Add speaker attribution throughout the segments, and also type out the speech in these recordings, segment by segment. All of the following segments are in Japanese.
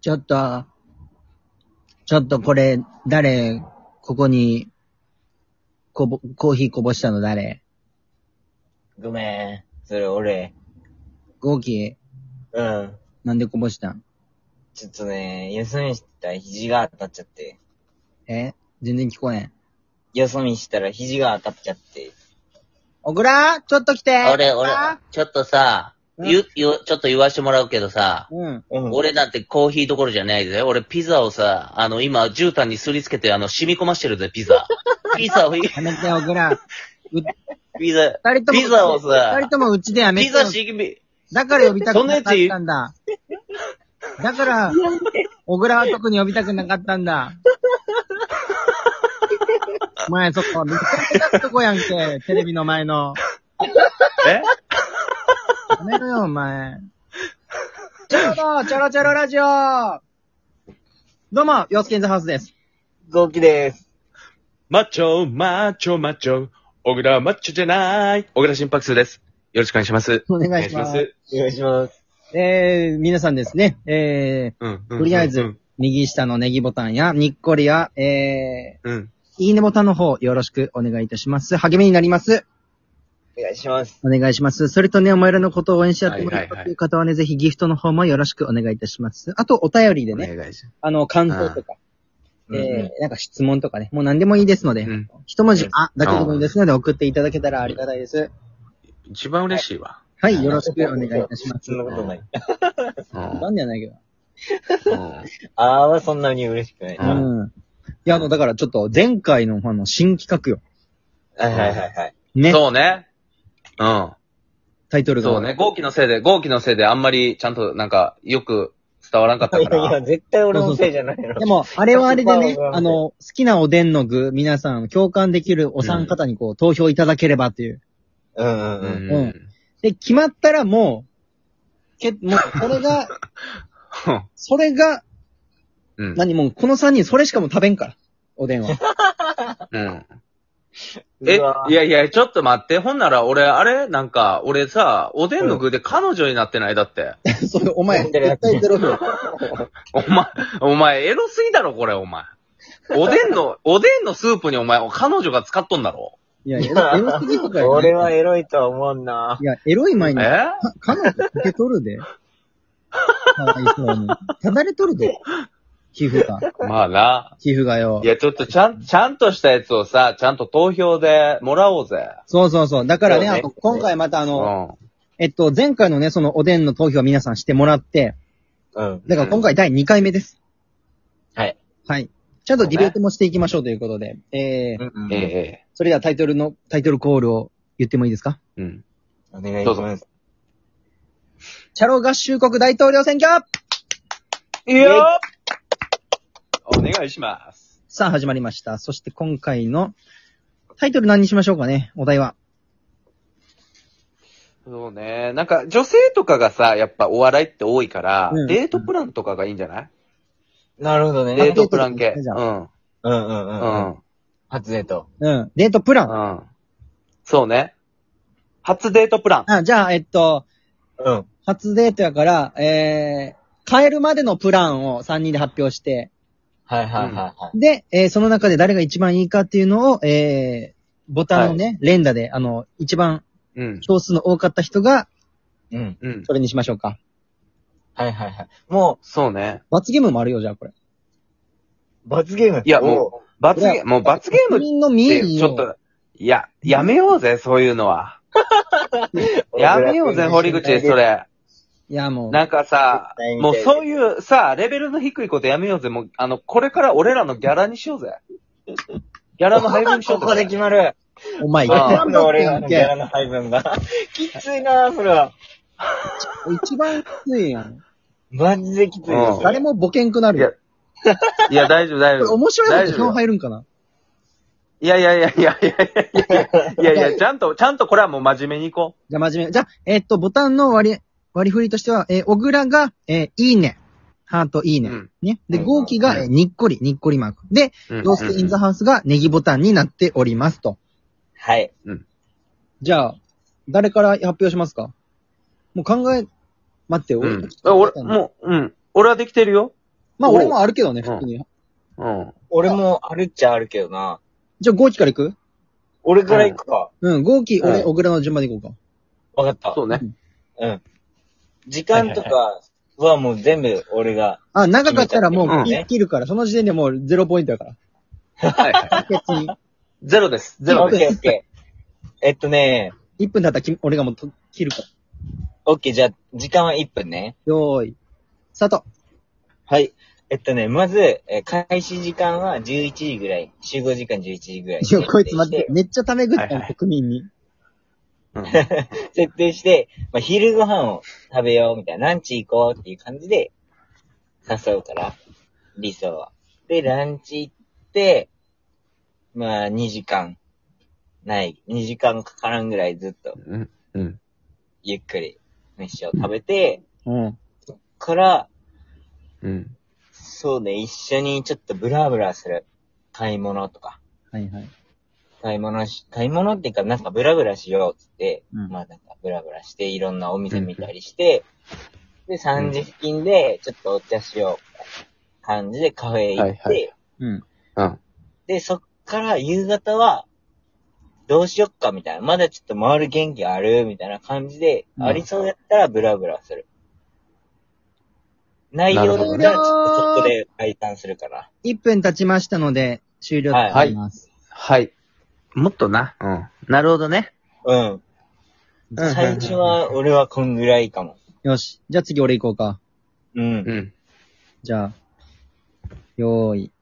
Speaker 1: ちょっと、ちょっとこれ、誰、ここに、こぼ、コーヒーこぼしたの誰
Speaker 2: ごめん。それ俺。
Speaker 1: ゴーキ
Speaker 2: うん。
Speaker 1: ー、なんでこぼしたん
Speaker 2: ちょっとね、よそ見したら肘が当たっちゃって。
Speaker 1: え全然聞こえん。
Speaker 2: よそ見したら肘が当たっちゃって。
Speaker 1: 小倉ちょっと来て
Speaker 3: 俺、俺、ちょっとさ、
Speaker 1: うん
Speaker 3: ゆ、ゆ、ちょっと言わしてもらうけどさ、
Speaker 1: うん。
Speaker 2: うん。
Speaker 3: 俺なんてコーヒーどころじゃないぜ。俺ピザをさ、あの、今、絨毯にすりつけて、あの、染み込ましてるぜ、ピザ。ピザを、
Speaker 1: やめて、小倉。う
Speaker 3: ピザ、
Speaker 1: 二人とも、
Speaker 3: ピザをさ
Speaker 1: 二人ともうちでやめ
Speaker 3: ピ
Speaker 1: て
Speaker 3: ザ
Speaker 1: よ。
Speaker 3: しみ、
Speaker 1: だから呼びたくなかったんだ。だから、小倉は特に呼びたくなかったんだ。お前、そこ、めっちゃ目立つとこやんけ、テレビの前の。
Speaker 3: え
Speaker 1: やめろよ、お前。チョロチョロチョロラジオどうも、洋介ンズハウスです。
Speaker 2: ゴーキです。
Speaker 4: マッチョ、マッチョ、マッチョ。小倉はマッチョじゃない。小倉心拍数です。よろしくお願いします。
Speaker 1: お願いします。。
Speaker 2: お願いします。
Speaker 1: えー、皆さんですね、え
Speaker 4: うん、う
Speaker 1: ー、
Speaker 4: ん。
Speaker 1: とりあえ
Speaker 4: う
Speaker 1: ず
Speaker 4: ん、
Speaker 1: 右下のネギボタンや、にっこりや、え
Speaker 4: うん。
Speaker 1: ー、いいねボタンの方、よろしくお願いいたします。励みになります。
Speaker 2: お願いします。
Speaker 1: お願いします。それとね、お前らのことを応援し合ってもら
Speaker 4: は
Speaker 1: っ
Speaker 4: い
Speaker 1: た
Speaker 4: はいはい
Speaker 1: という方はね、ぜひギフトの方もよろしくお願いいたします。あと、お便りで
Speaker 4: お
Speaker 1: ね、
Speaker 4: 願いしま
Speaker 1: あの、感想とか、
Speaker 2: うん
Speaker 1: えー、なんか質問とかね、もう何でもいいですので、
Speaker 4: うん
Speaker 1: 一文字、あ、だけでもいいですので、送っていただけたらありがたいです。
Speaker 4: す。一番嬉しいわ。
Speaker 1: はい、よろしくお願いいたします
Speaker 2: そん。なことない。
Speaker 4: うん
Speaker 1: なんではないけど。
Speaker 4: うん
Speaker 2: あーはそんなに嬉しくない。
Speaker 4: うん
Speaker 2: は
Speaker 1: うん。いや、あの、だからちょっと、前回のあの、新企画よ。
Speaker 2: いはいはいはい。
Speaker 1: ね。
Speaker 4: そうね。うん。
Speaker 1: タイトルが。
Speaker 4: そうね。号機のせいで、号機のせいであんまりちゃんとなんかよく伝わらんかった
Speaker 2: い
Speaker 4: か
Speaker 2: やいや、
Speaker 4: ら。
Speaker 2: 絶対俺のせいじゃないの。、
Speaker 1: でも、あれはあれでね
Speaker 2: まあまあまあ
Speaker 1: あの、好きなおでんの具、皆さん共感できるお三方にこう、投票いただければっていう。
Speaker 2: うんう
Speaker 4: う
Speaker 2: う
Speaker 4: ん
Speaker 2: ん。
Speaker 4: ん。
Speaker 1: う
Speaker 4: うん
Speaker 1: で、決まったらもう、け、もう、これが、
Speaker 4: ん
Speaker 1: それが、
Speaker 4: うん。
Speaker 1: 何もう、この三人、それしかもう食べんから。おでんは。
Speaker 4: うん。え
Speaker 2: うわ、
Speaker 4: いやいや、ちょっと待って。ほんなら俺、あれなんか、俺さ、おでんの具で彼女になってないだって。
Speaker 1: それ、お前、
Speaker 2: 飲んでるや
Speaker 1: 絶
Speaker 2: つ
Speaker 1: 対ゼロ票。
Speaker 4: お前、お前、エロすぎだろ、これ、お前。おでんの、おでんのスープにお前、彼女が使っとんだろ。
Speaker 1: いや、エロエロすぎとかやね
Speaker 2: 俺はエロいとは思わんな。
Speaker 1: いや、エロい前に、か
Speaker 4: え
Speaker 1: 彼女受け取るで。かわいそうに。ただれとるで。皮膚が。
Speaker 4: まあな。
Speaker 1: 皮膚がよ
Speaker 4: い。や、ちょっとちゃん、ちゃんとしたやつをさ、ちゃんと投票でもらおうぜ。
Speaker 1: そうそうそう。だからね、
Speaker 2: そう
Speaker 1: あ
Speaker 2: ね
Speaker 1: の、今回またあ
Speaker 4: う
Speaker 1: の、
Speaker 4: ん。
Speaker 1: えっと、前回のね、そのおでんの投票皆さんしてもらって、
Speaker 2: うん。
Speaker 1: だから今回第2回目です。
Speaker 2: はい。
Speaker 1: はい。ちゃんとディベートもしていきましょうということで、えー、
Speaker 2: うん
Speaker 4: ええ
Speaker 2: うん
Speaker 4: え
Speaker 1: それではタイトルの、タイトルコールを言ってもいいですか
Speaker 4: え。うん。
Speaker 2: お願い
Speaker 4: どう
Speaker 2: し
Speaker 4: ぞ
Speaker 2: ます。
Speaker 1: チャロ合衆国大統領選挙
Speaker 4: いいよお願いします。
Speaker 1: さあ、始まりました。そして今回の、タイトル何にしましょうかね、お題は。
Speaker 4: そうね。なんか、女性とかがさ、やっぱお笑いって多いから、
Speaker 1: うん
Speaker 4: デートプランとかがいいんじゃない、
Speaker 2: なるほどね。
Speaker 4: デートプラン系。
Speaker 1: デートプ
Speaker 4: うん。うん。
Speaker 2: うんうんうん。うん、初デート。
Speaker 1: うん。デートプラン。
Speaker 4: うん。そうね。初デートプラン。
Speaker 1: あ、じゃあ、えっと、
Speaker 2: うん。
Speaker 1: 初デートやから、えー、帰るまでのプランを3人で発表して、
Speaker 2: はいはいはいはい。
Speaker 1: で、えーその中で誰が一番いいかっていうのを、えー、ボタンをね、連打で、あの、一番
Speaker 4: うん。
Speaker 1: 票数の多かった人が、
Speaker 2: うん。
Speaker 4: うん。
Speaker 1: それにしましょうか。
Speaker 2: はいはいはい。も
Speaker 4: そうね。
Speaker 1: 罰ゲームもあるよ、じゃあ、これ。
Speaker 2: う、罰ゲーム。
Speaker 4: いや、もう、罰ゲーム、もう罰ゲームっ
Speaker 1: 国民の民
Speaker 4: て、
Speaker 1: 意
Speaker 4: ちょっ
Speaker 1: を、
Speaker 4: と、いや、やめようぜ、そういうのは。
Speaker 2: お
Speaker 4: やめようぜ、堀口、そ。れ。
Speaker 1: いや、もう、
Speaker 4: なんかさ、もうそういう、さ、レベルの低いことやめようぜ。もう、あの、これから俺らのギャラにしよう ぜ。ギャラの配分にしよ
Speaker 2: こ
Speaker 4: うぜ。
Speaker 2: こで決まる。
Speaker 1: お前、
Speaker 4: あ
Speaker 1: や
Speaker 2: あ
Speaker 1: らん
Speaker 2: の
Speaker 1: ばっ
Speaker 2: 俺
Speaker 1: や
Speaker 2: ら
Speaker 1: ん
Speaker 2: のギャラ
Speaker 1: け。
Speaker 2: の配分が。 きついなそれは。
Speaker 1: 一番きついやん。
Speaker 2: マジできつい
Speaker 4: うん
Speaker 2: です。
Speaker 1: 誰もボケんくない
Speaker 4: や
Speaker 1: る。
Speaker 4: いや、大丈夫、大
Speaker 1: これ
Speaker 4: 丈夫。
Speaker 1: 面白い
Speaker 4: 大
Speaker 1: こと
Speaker 4: 丈
Speaker 1: 票
Speaker 4: 夫。
Speaker 1: 入るんかない
Speaker 4: やいやいやいやいやいやいやいや、ちゃんと、ちゃんとこれはもう真面目にいこ
Speaker 1: じゃあ、真面目。じゃあ、えっと、ボタンの割り、割り振りとしては、えー、小倉が、えー、いいね。ハートいいね。
Speaker 4: うん
Speaker 1: ね。で、
Speaker 2: うん
Speaker 1: 豪輝が、えーにっこり、にっこりマーク。で、
Speaker 4: う。うん
Speaker 1: ロースインザハウスがネギボタンになっておりますと。
Speaker 2: はい。
Speaker 1: じゃあ、誰から発表しますかもう考え、待って、
Speaker 4: う
Speaker 1: 俺、
Speaker 4: ん。俺、もう、うん。俺はできてるよ。
Speaker 1: まあ
Speaker 4: おう
Speaker 1: 俺もあるけどね、
Speaker 4: うん
Speaker 1: 服に。
Speaker 4: うん。
Speaker 2: 俺もあるっちゃあるけどな。
Speaker 1: じゃあ、ゴーキから行く
Speaker 2: 俺から行くか。
Speaker 1: うん、ゴーキ、
Speaker 4: う
Speaker 1: 俺、
Speaker 4: ん
Speaker 1: 小倉の順番で行こうか。
Speaker 2: わかった。
Speaker 4: そうね。
Speaker 2: うん。時間とかはもう全部俺が。
Speaker 1: あ、長かったらも
Speaker 4: う
Speaker 1: うん切切るから、その時点でもうゼロポイントだから。
Speaker 4: はいはい。
Speaker 1: 別に、
Speaker 4: ゼロです。ゼ
Speaker 2: オ
Speaker 4: ロ
Speaker 2: ッ
Speaker 4: で
Speaker 2: ケーオッケー。えっとね、
Speaker 1: 1分だったらき俺がもうと切るから。
Speaker 2: オッケー、じゃあ、時間は1分ね。
Speaker 1: よーい。スタート。
Speaker 2: はい。えっとね、まず、えー開始時間は11時ぐらい。集合時間11時ぐらい。
Speaker 1: いや、こいつ待って、めっちゃため口
Speaker 4: はい
Speaker 1: だ
Speaker 4: は
Speaker 1: よ、国民に。
Speaker 4: す。
Speaker 2: 設定して、まあ、昼ご飯を食べようみたいな、ランチ行こうっていう感じで、誘うから、理想は。で、ランチ行って、まあ、2時間、ない、2時間かからんぐらいずっと、
Speaker 4: うん。うん。
Speaker 2: ゆっくり、飯を食べて、
Speaker 1: うん。
Speaker 2: から、
Speaker 4: うん。
Speaker 2: そうね、一緒にちょっとブラブラする。買い物とか。
Speaker 1: はいはい。
Speaker 2: 買い物し、買い物っていうか、なんかブラブラしようっつって、
Speaker 1: うん
Speaker 2: まあなんかブラブラして、いろんなお店見たりして、で、3時付近で、ちょっとお茶しよう、感じでカフェ行って、
Speaker 4: はいは
Speaker 1: うん。
Speaker 4: うん。
Speaker 2: で、そっから夕方は、どうしよっかみたいな、まだちょっと回る元気あるみたいな感じで、
Speaker 1: うん
Speaker 2: ありそうやったらブラブラする。内容だっ
Speaker 1: な
Speaker 2: たら
Speaker 1: るほど
Speaker 2: ちょっとそこで解散するから。
Speaker 1: 1分経ちましたので、終了となります。
Speaker 4: はい。
Speaker 3: もっとな。うん。なるほどね。
Speaker 2: うん。
Speaker 1: うんうん
Speaker 2: 最初は俺はこんぐらいかも。
Speaker 1: よし。じゃあ次俺行こうか。
Speaker 2: うん。
Speaker 4: うん。
Speaker 1: じゃあ、よーい。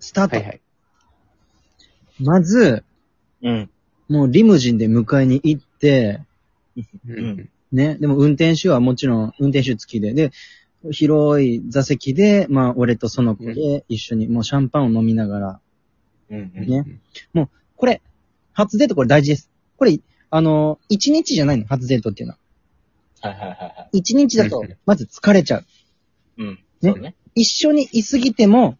Speaker 1: スタート。
Speaker 4: はいはい。
Speaker 1: まず、
Speaker 2: うん。
Speaker 1: もうリムジンで迎えに行って、
Speaker 4: うん。
Speaker 1: ね、でも運転手はもちろん運転手付きで、で、広い座席で、まあ俺とその子で一緒に、もうシャンパンを飲みながら、
Speaker 2: うん。うん
Speaker 1: ね。これ、初デートこれ大事です。これ、あの、一日じゃないの、初デートっていうのは。
Speaker 2: はいはいはいはい。
Speaker 1: 一日だと
Speaker 4: うん、
Speaker 1: まず疲れちゃう。
Speaker 2: うん。
Speaker 1: ね
Speaker 2: そうね。
Speaker 1: 一緒にいすぎても、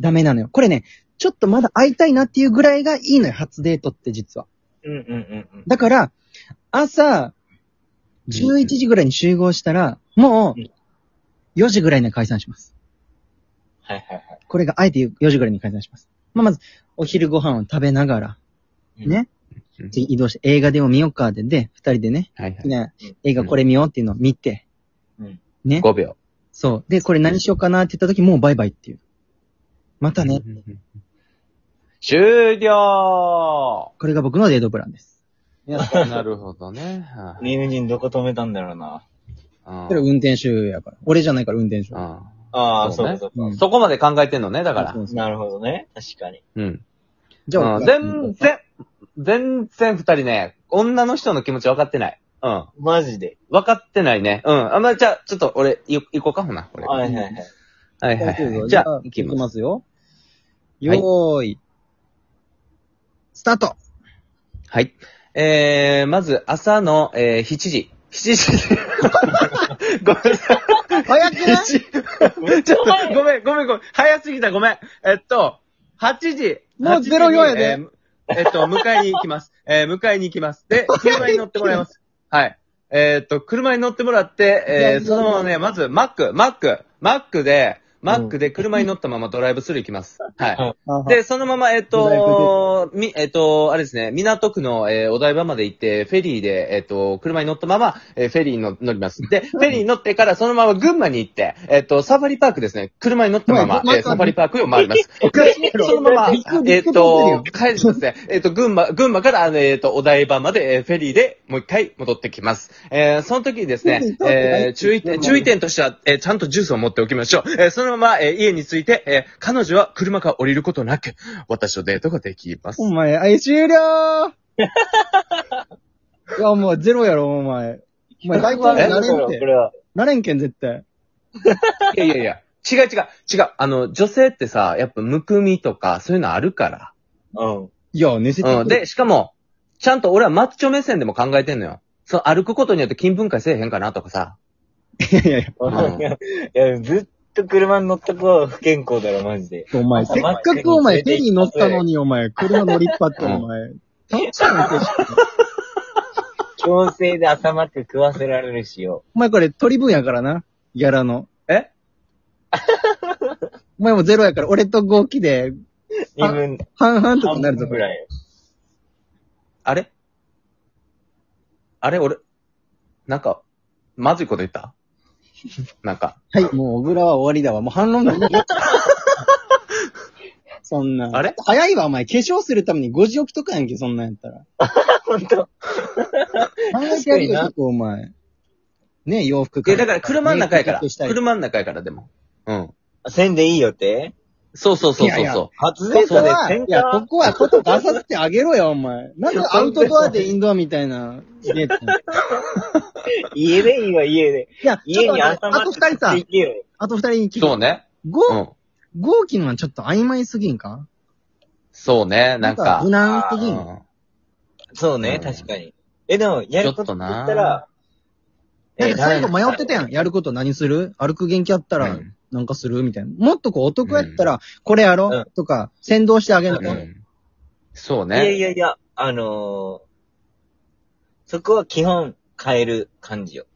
Speaker 1: ダメなのよ。これね、ちょっとまだ会いたいなっていうぐらいがいいのよ、初デートって実は。
Speaker 2: うんうんうん
Speaker 1: だから、朝、11時ぐらいに集合したら、も
Speaker 2: うん
Speaker 1: う、4時ぐらいには解散します。
Speaker 2: はいはいはい。
Speaker 1: これがあえて言う4時ぐらいに解散します。まあ、まず、お昼ご飯を食べながら、
Speaker 2: うん
Speaker 1: ね
Speaker 4: うん。
Speaker 1: 次移動して映画でも見ようかで、で、二人でね、
Speaker 4: はいは
Speaker 1: 好き
Speaker 4: い。
Speaker 1: な映画これ見ようっていうのを見て、
Speaker 2: うん。
Speaker 1: ね。
Speaker 4: 5秒。
Speaker 1: そう。で、これ何しようかなって言った時、もうバイバイっていう。またね。
Speaker 4: 終了
Speaker 1: これが僕のデートプランです。
Speaker 4: なるほどね。はい
Speaker 2: リムジンどこ止めたんだろうな。
Speaker 4: うん
Speaker 1: これ運転手やから。俺じゃないから運転手。
Speaker 2: ああ、
Speaker 4: そ
Speaker 2: そうう
Speaker 4: ね
Speaker 2: かそうか
Speaker 1: うん
Speaker 4: そこまで考えてんのね、だから
Speaker 1: そう。そうそう
Speaker 2: なるほどね。確かに。
Speaker 4: うん。
Speaker 1: じゃあ、
Speaker 4: うん全然、全然二人ね、女の人の気持ち分かってない。うん。
Speaker 2: マジで。
Speaker 4: 分かってないね。うん。あ、まあ、じゃあ、ちょっと俺、い、行こうか、ほな。俺は
Speaker 2: はいはいはい。
Speaker 4: いはいはい。じゃあ、行
Speaker 1: 行
Speaker 4: き
Speaker 1: き
Speaker 4: ま。
Speaker 1: ますすよ。よ
Speaker 4: はい
Speaker 1: ーい。スタート
Speaker 4: はい。えー、まず、朝の、えー、7時。7時。 ごめんなさ
Speaker 1: 早
Speaker 4: い。
Speaker 1: く ない
Speaker 4: 7時。ちょっと、ごめん、ごめん、ごめん。早すぎた、ごめん。えっと、8時。
Speaker 1: もう
Speaker 4: 8時に
Speaker 1: 04やで
Speaker 4: えーえっと、迎えに行きます。 えー、迎えに行きます。 で、車に乗ってもらいます。はい。えーっと、車に乗ってもらって、えー、そのままね、まず、マック、マック、マックで、マックで車に乗ったままドライブスルー行きます。 はい。で、そのまま、えっ、と、み、えっ、と、あれですね、港区の、えーお台場まで行って、フェリーで、えっ、と、車に乗ったまま、えーフェリーに乗乗ります。で、フェリーに乗ってから、そのまま群馬に行って、えっ、と、サファリパークですね、車に乗ったまま
Speaker 1: お、前
Speaker 4: えーサファリパークを回ります。
Speaker 1: おかしいやろ
Speaker 4: そのまま
Speaker 1: びっく、り
Speaker 4: えっ、
Speaker 1: びっくりしてるよ
Speaker 4: と、帰りますね、えっ、と、群馬、群馬から、あのえっ、と、お台場まで、えーフェリーで、もう一回戻ってきます。えーその時にですね、えー注意点、注意点としては、えーちゃんとジュースを持っておきましょう。えーそのまま、えー家に着いて、えー彼女は車から降りることなく、私とデートができます。
Speaker 1: お前、あい、終了 いや、もうゼロやろ、お前。お前、大根
Speaker 2: え
Speaker 1: な
Speaker 2: だ
Speaker 1: れん
Speaker 2: から
Speaker 1: っ
Speaker 2: こ
Speaker 1: て。
Speaker 2: れは。
Speaker 1: なれんけん、絶対。
Speaker 4: いやいやいや、違う違う、違う。あの、女性ってさ、やっぱむくみとか、そういうのあるから。
Speaker 2: うん。
Speaker 1: いや、寝せて
Speaker 4: うん。で、、しかも、ちゃんと俺はマッチョ目線でも考えてんのよ。そう、歩くことによって筋分解せえへんかなとかさ。
Speaker 1: いやいやいや、
Speaker 4: う ん
Speaker 2: いや、いやずっと車に乗った子は不健康だろ、マジで。
Speaker 1: お前、せっかくお前、フェリー乗ったのに、お前、車乗りっぱって、お前。楽しいな景色
Speaker 2: 強制で頭く食わせられるしよ。
Speaker 1: お前、これ、鳥分やからな。ギャラの。
Speaker 4: え
Speaker 1: お前もゼロやから、俺と5期で、
Speaker 2: 二分、
Speaker 1: 半々とか
Speaker 2: 半
Speaker 1: なるぞ
Speaker 2: 分。ぐらいよ。
Speaker 4: あれあれ俺、なんか、まずいこと言ったなんか、
Speaker 1: はい、もう、小倉は終わりだわ。もう反論だね。 そんな。
Speaker 4: あれ
Speaker 1: 早いわ、お前。化粧するために5時起きとかやんけ、そんなんやったら。
Speaker 2: ほんと。
Speaker 1: 考えてやる
Speaker 2: 確かに
Speaker 1: よ、
Speaker 2: な
Speaker 1: そこ、お前。ね洋服
Speaker 4: いや、だから車の中やから
Speaker 1: メイクした。り
Speaker 4: 車の中やから、でも。うん。
Speaker 2: せんでいいよって
Speaker 3: そうそうそうそうそ
Speaker 1: い
Speaker 3: う。
Speaker 1: やいや
Speaker 2: 初デ
Speaker 1: こ
Speaker 2: ー
Speaker 1: こ
Speaker 2: トで
Speaker 1: は、
Speaker 2: せん
Speaker 1: いや、こ
Speaker 2: か
Speaker 1: こはこと出させてあげろよ、お前。なんでアウトドアでインドアみたいな。ね
Speaker 2: 家でいいわ、家で。
Speaker 1: いや、ち
Speaker 2: 家
Speaker 1: ょっ
Speaker 2: に
Speaker 1: と、あ
Speaker 2: 頭
Speaker 1: と二人さ、
Speaker 2: 行けよ。
Speaker 1: あと二人に聞
Speaker 4: そう
Speaker 1: く。
Speaker 4: ね。う
Speaker 1: 5、
Speaker 4: ん。
Speaker 1: 5期のはちょっと曖昧すぎんか
Speaker 4: そうね、なんか
Speaker 1: 無。難すぎん。
Speaker 4: うん
Speaker 2: そう
Speaker 4: う
Speaker 2: ね
Speaker 4: ん、
Speaker 2: 確かに。え、でも、やることって言ったら、
Speaker 1: なんか最後迷ってた
Speaker 2: よ。
Speaker 1: やん。やること何する歩く元気あった
Speaker 4: う
Speaker 1: ら
Speaker 4: ん、
Speaker 1: なんかするみたいな。もっとこう男やったら、これやろ、
Speaker 2: うん
Speaker 1: とか、先導してあげるの
Speaker 4: う
Speaker 1: か、
Speaker 4: んそう
Speaker 2: いや
Speaker 4: ね。
Speaker 2: いやいや、あのー、そこは基本変える感じよ。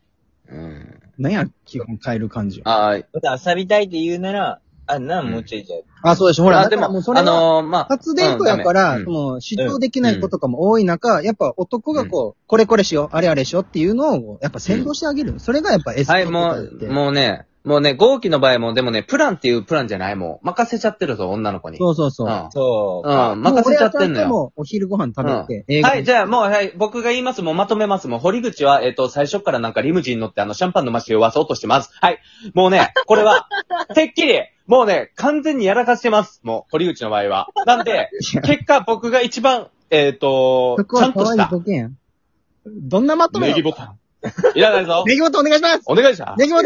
Speaker 4: うん。
Speaker 1: なんや、基本変える感じ。
Speaker 4: あー
Speaker 2: また遊びたいって言うなら、あ、なん、もうちょいじゃ、
Speaker 1: あ、そうでしょ。ほら、
Speaker 4: あ
Speaker 1: だ
Speaker 4: で
Speaker 1: から
Speaker 4: も、
Speaker 1: もうそ
Speaker 4: あ
Speaker 1: れは、
Speaker 4: のー、まあ。
Speaker 1: 初デートやから、
Speaker 4: うん
Speaker 1: その、主張できないことかも多い中、やっぱ男がこう、これこれしよう、あれあれしようっていうのを、やっぱ先導してあげる。それがやっぱ S
Speaker 4: はい、
Speaker 1: と
Speaker 4: も
Speaker 1: かっ
Speaker 4: う、
Speaker 1: て。
Speaker 4: もうね、もうね、号機の場合も、でもね、プランっていうプランじゃない、もう。任せちゃってるぞ、女の子に。
Speaker 1: そうそうそう。
Speaker 4: うん
Speaker 2: そう。
Speaker 4: うん、任せちゃってんのよ。
Speaker 1: もうお昼ご飯食べて、映画
Speaker 4: はい、じゃあもう、はい、僕が言います、もうまとめます。もう、堀口は、えっ、と、最初からなんかリムジン乗って、あの、シャンパン飲まして酔わそうとしてます。はい。もう ね、これは、てっきり、もうね、完全にやらかしてます。もう、堀口の場合は。なんで、結果、僕が一番、えっ、と
Speaker 1: そ、こ
Speaker 4: ちゃ
Speaker 1: は
Speaker 4: んと
Speaker 1: 可
Speaker 4: し
Speaker 1: 愛い
Speaker 4: た、
Speaker 1: ボケやん。どんなまとめ
Speaker 4: ネ
Speaker 1: よ
Speaker 4: ギボタン。いらないぞ。
Speaker 1: ネギボタンお願いします
Speaker 4: お願いします。
Speaker 1: ネギボタン